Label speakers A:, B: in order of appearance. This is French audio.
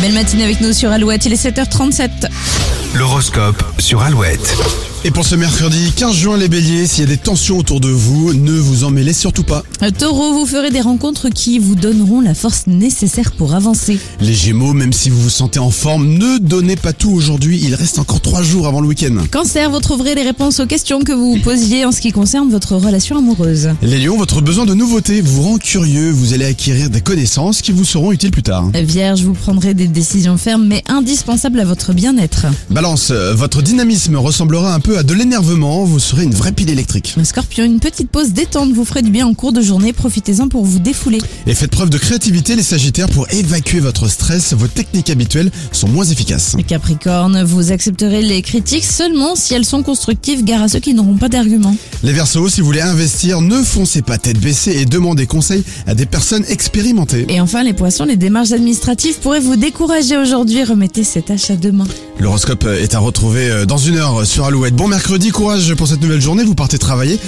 A: Belle matinée avec nous sur Alouette, il est 7h37.
B: L'horoscope sur Alouette.
C: Et pour ce mercredi 15 juin, les béliers, s'il y a des tensions autour de vous, ne vous en mêlez surtout pas.
A: Euh, Taureau, vous ferez des rencontres qui vous donneront la force nécessaire pour avancer.
C: Les gémeaux, même si vous vous sentez en forme, ne donnez pas tout aujourd'hui, il reste encore trois jours avant le week-end.
A: Cancer, vous trouverez les réponses aux questions que vous vous posiez en ce qui concerne votre relation amoureuse.
C: Les lions, votre besoin de nouveautés vous rend curieux, vous allez acquérir des connaissances qui vous seront utiles plus tard.
A: Euh, Vierge, vous prendrez des décisions fermes mais indispensables à votre bien-être.
C: Balance, euh, votre dynamisme ressemblera un peu à de l'énervement, vous serez une vraie pile électrique.
A: Euh, Scorpion, une petite pause détente vous ferait du bien en cours de journée, profitez-en pour vous défouler.
C: Et faites preuve de créativité les sagittaires pour évacuer votre stress, vos techniques habituelles sont moins efficaces.
A: Capricorne, vous accepterez les critiques seulement si elles sont constructives, gare à ceux qui n'auront pas d'arguments.
C: Les versos, si vous voulez investir, ne foncez pas tête baissée et demandez conseil à des personnes expérimentées.
A: Et enfin, les poissons, les démarches administratives pourraient vous décourager aujourd'hui. Remettez ces tâches à demain.
C: euh, L'horoscope est à retrouver dans une heure sur Alouette. Bon mercredi, courage pour cette nouvelle journée, vous partez travailler.